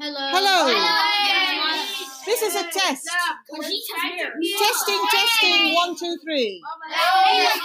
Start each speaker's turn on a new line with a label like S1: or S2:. S1: Hello.
S2: Hello.
S1: Hello.
S2: This is a test. Testing, testing. One, two, three.
S1: Hello.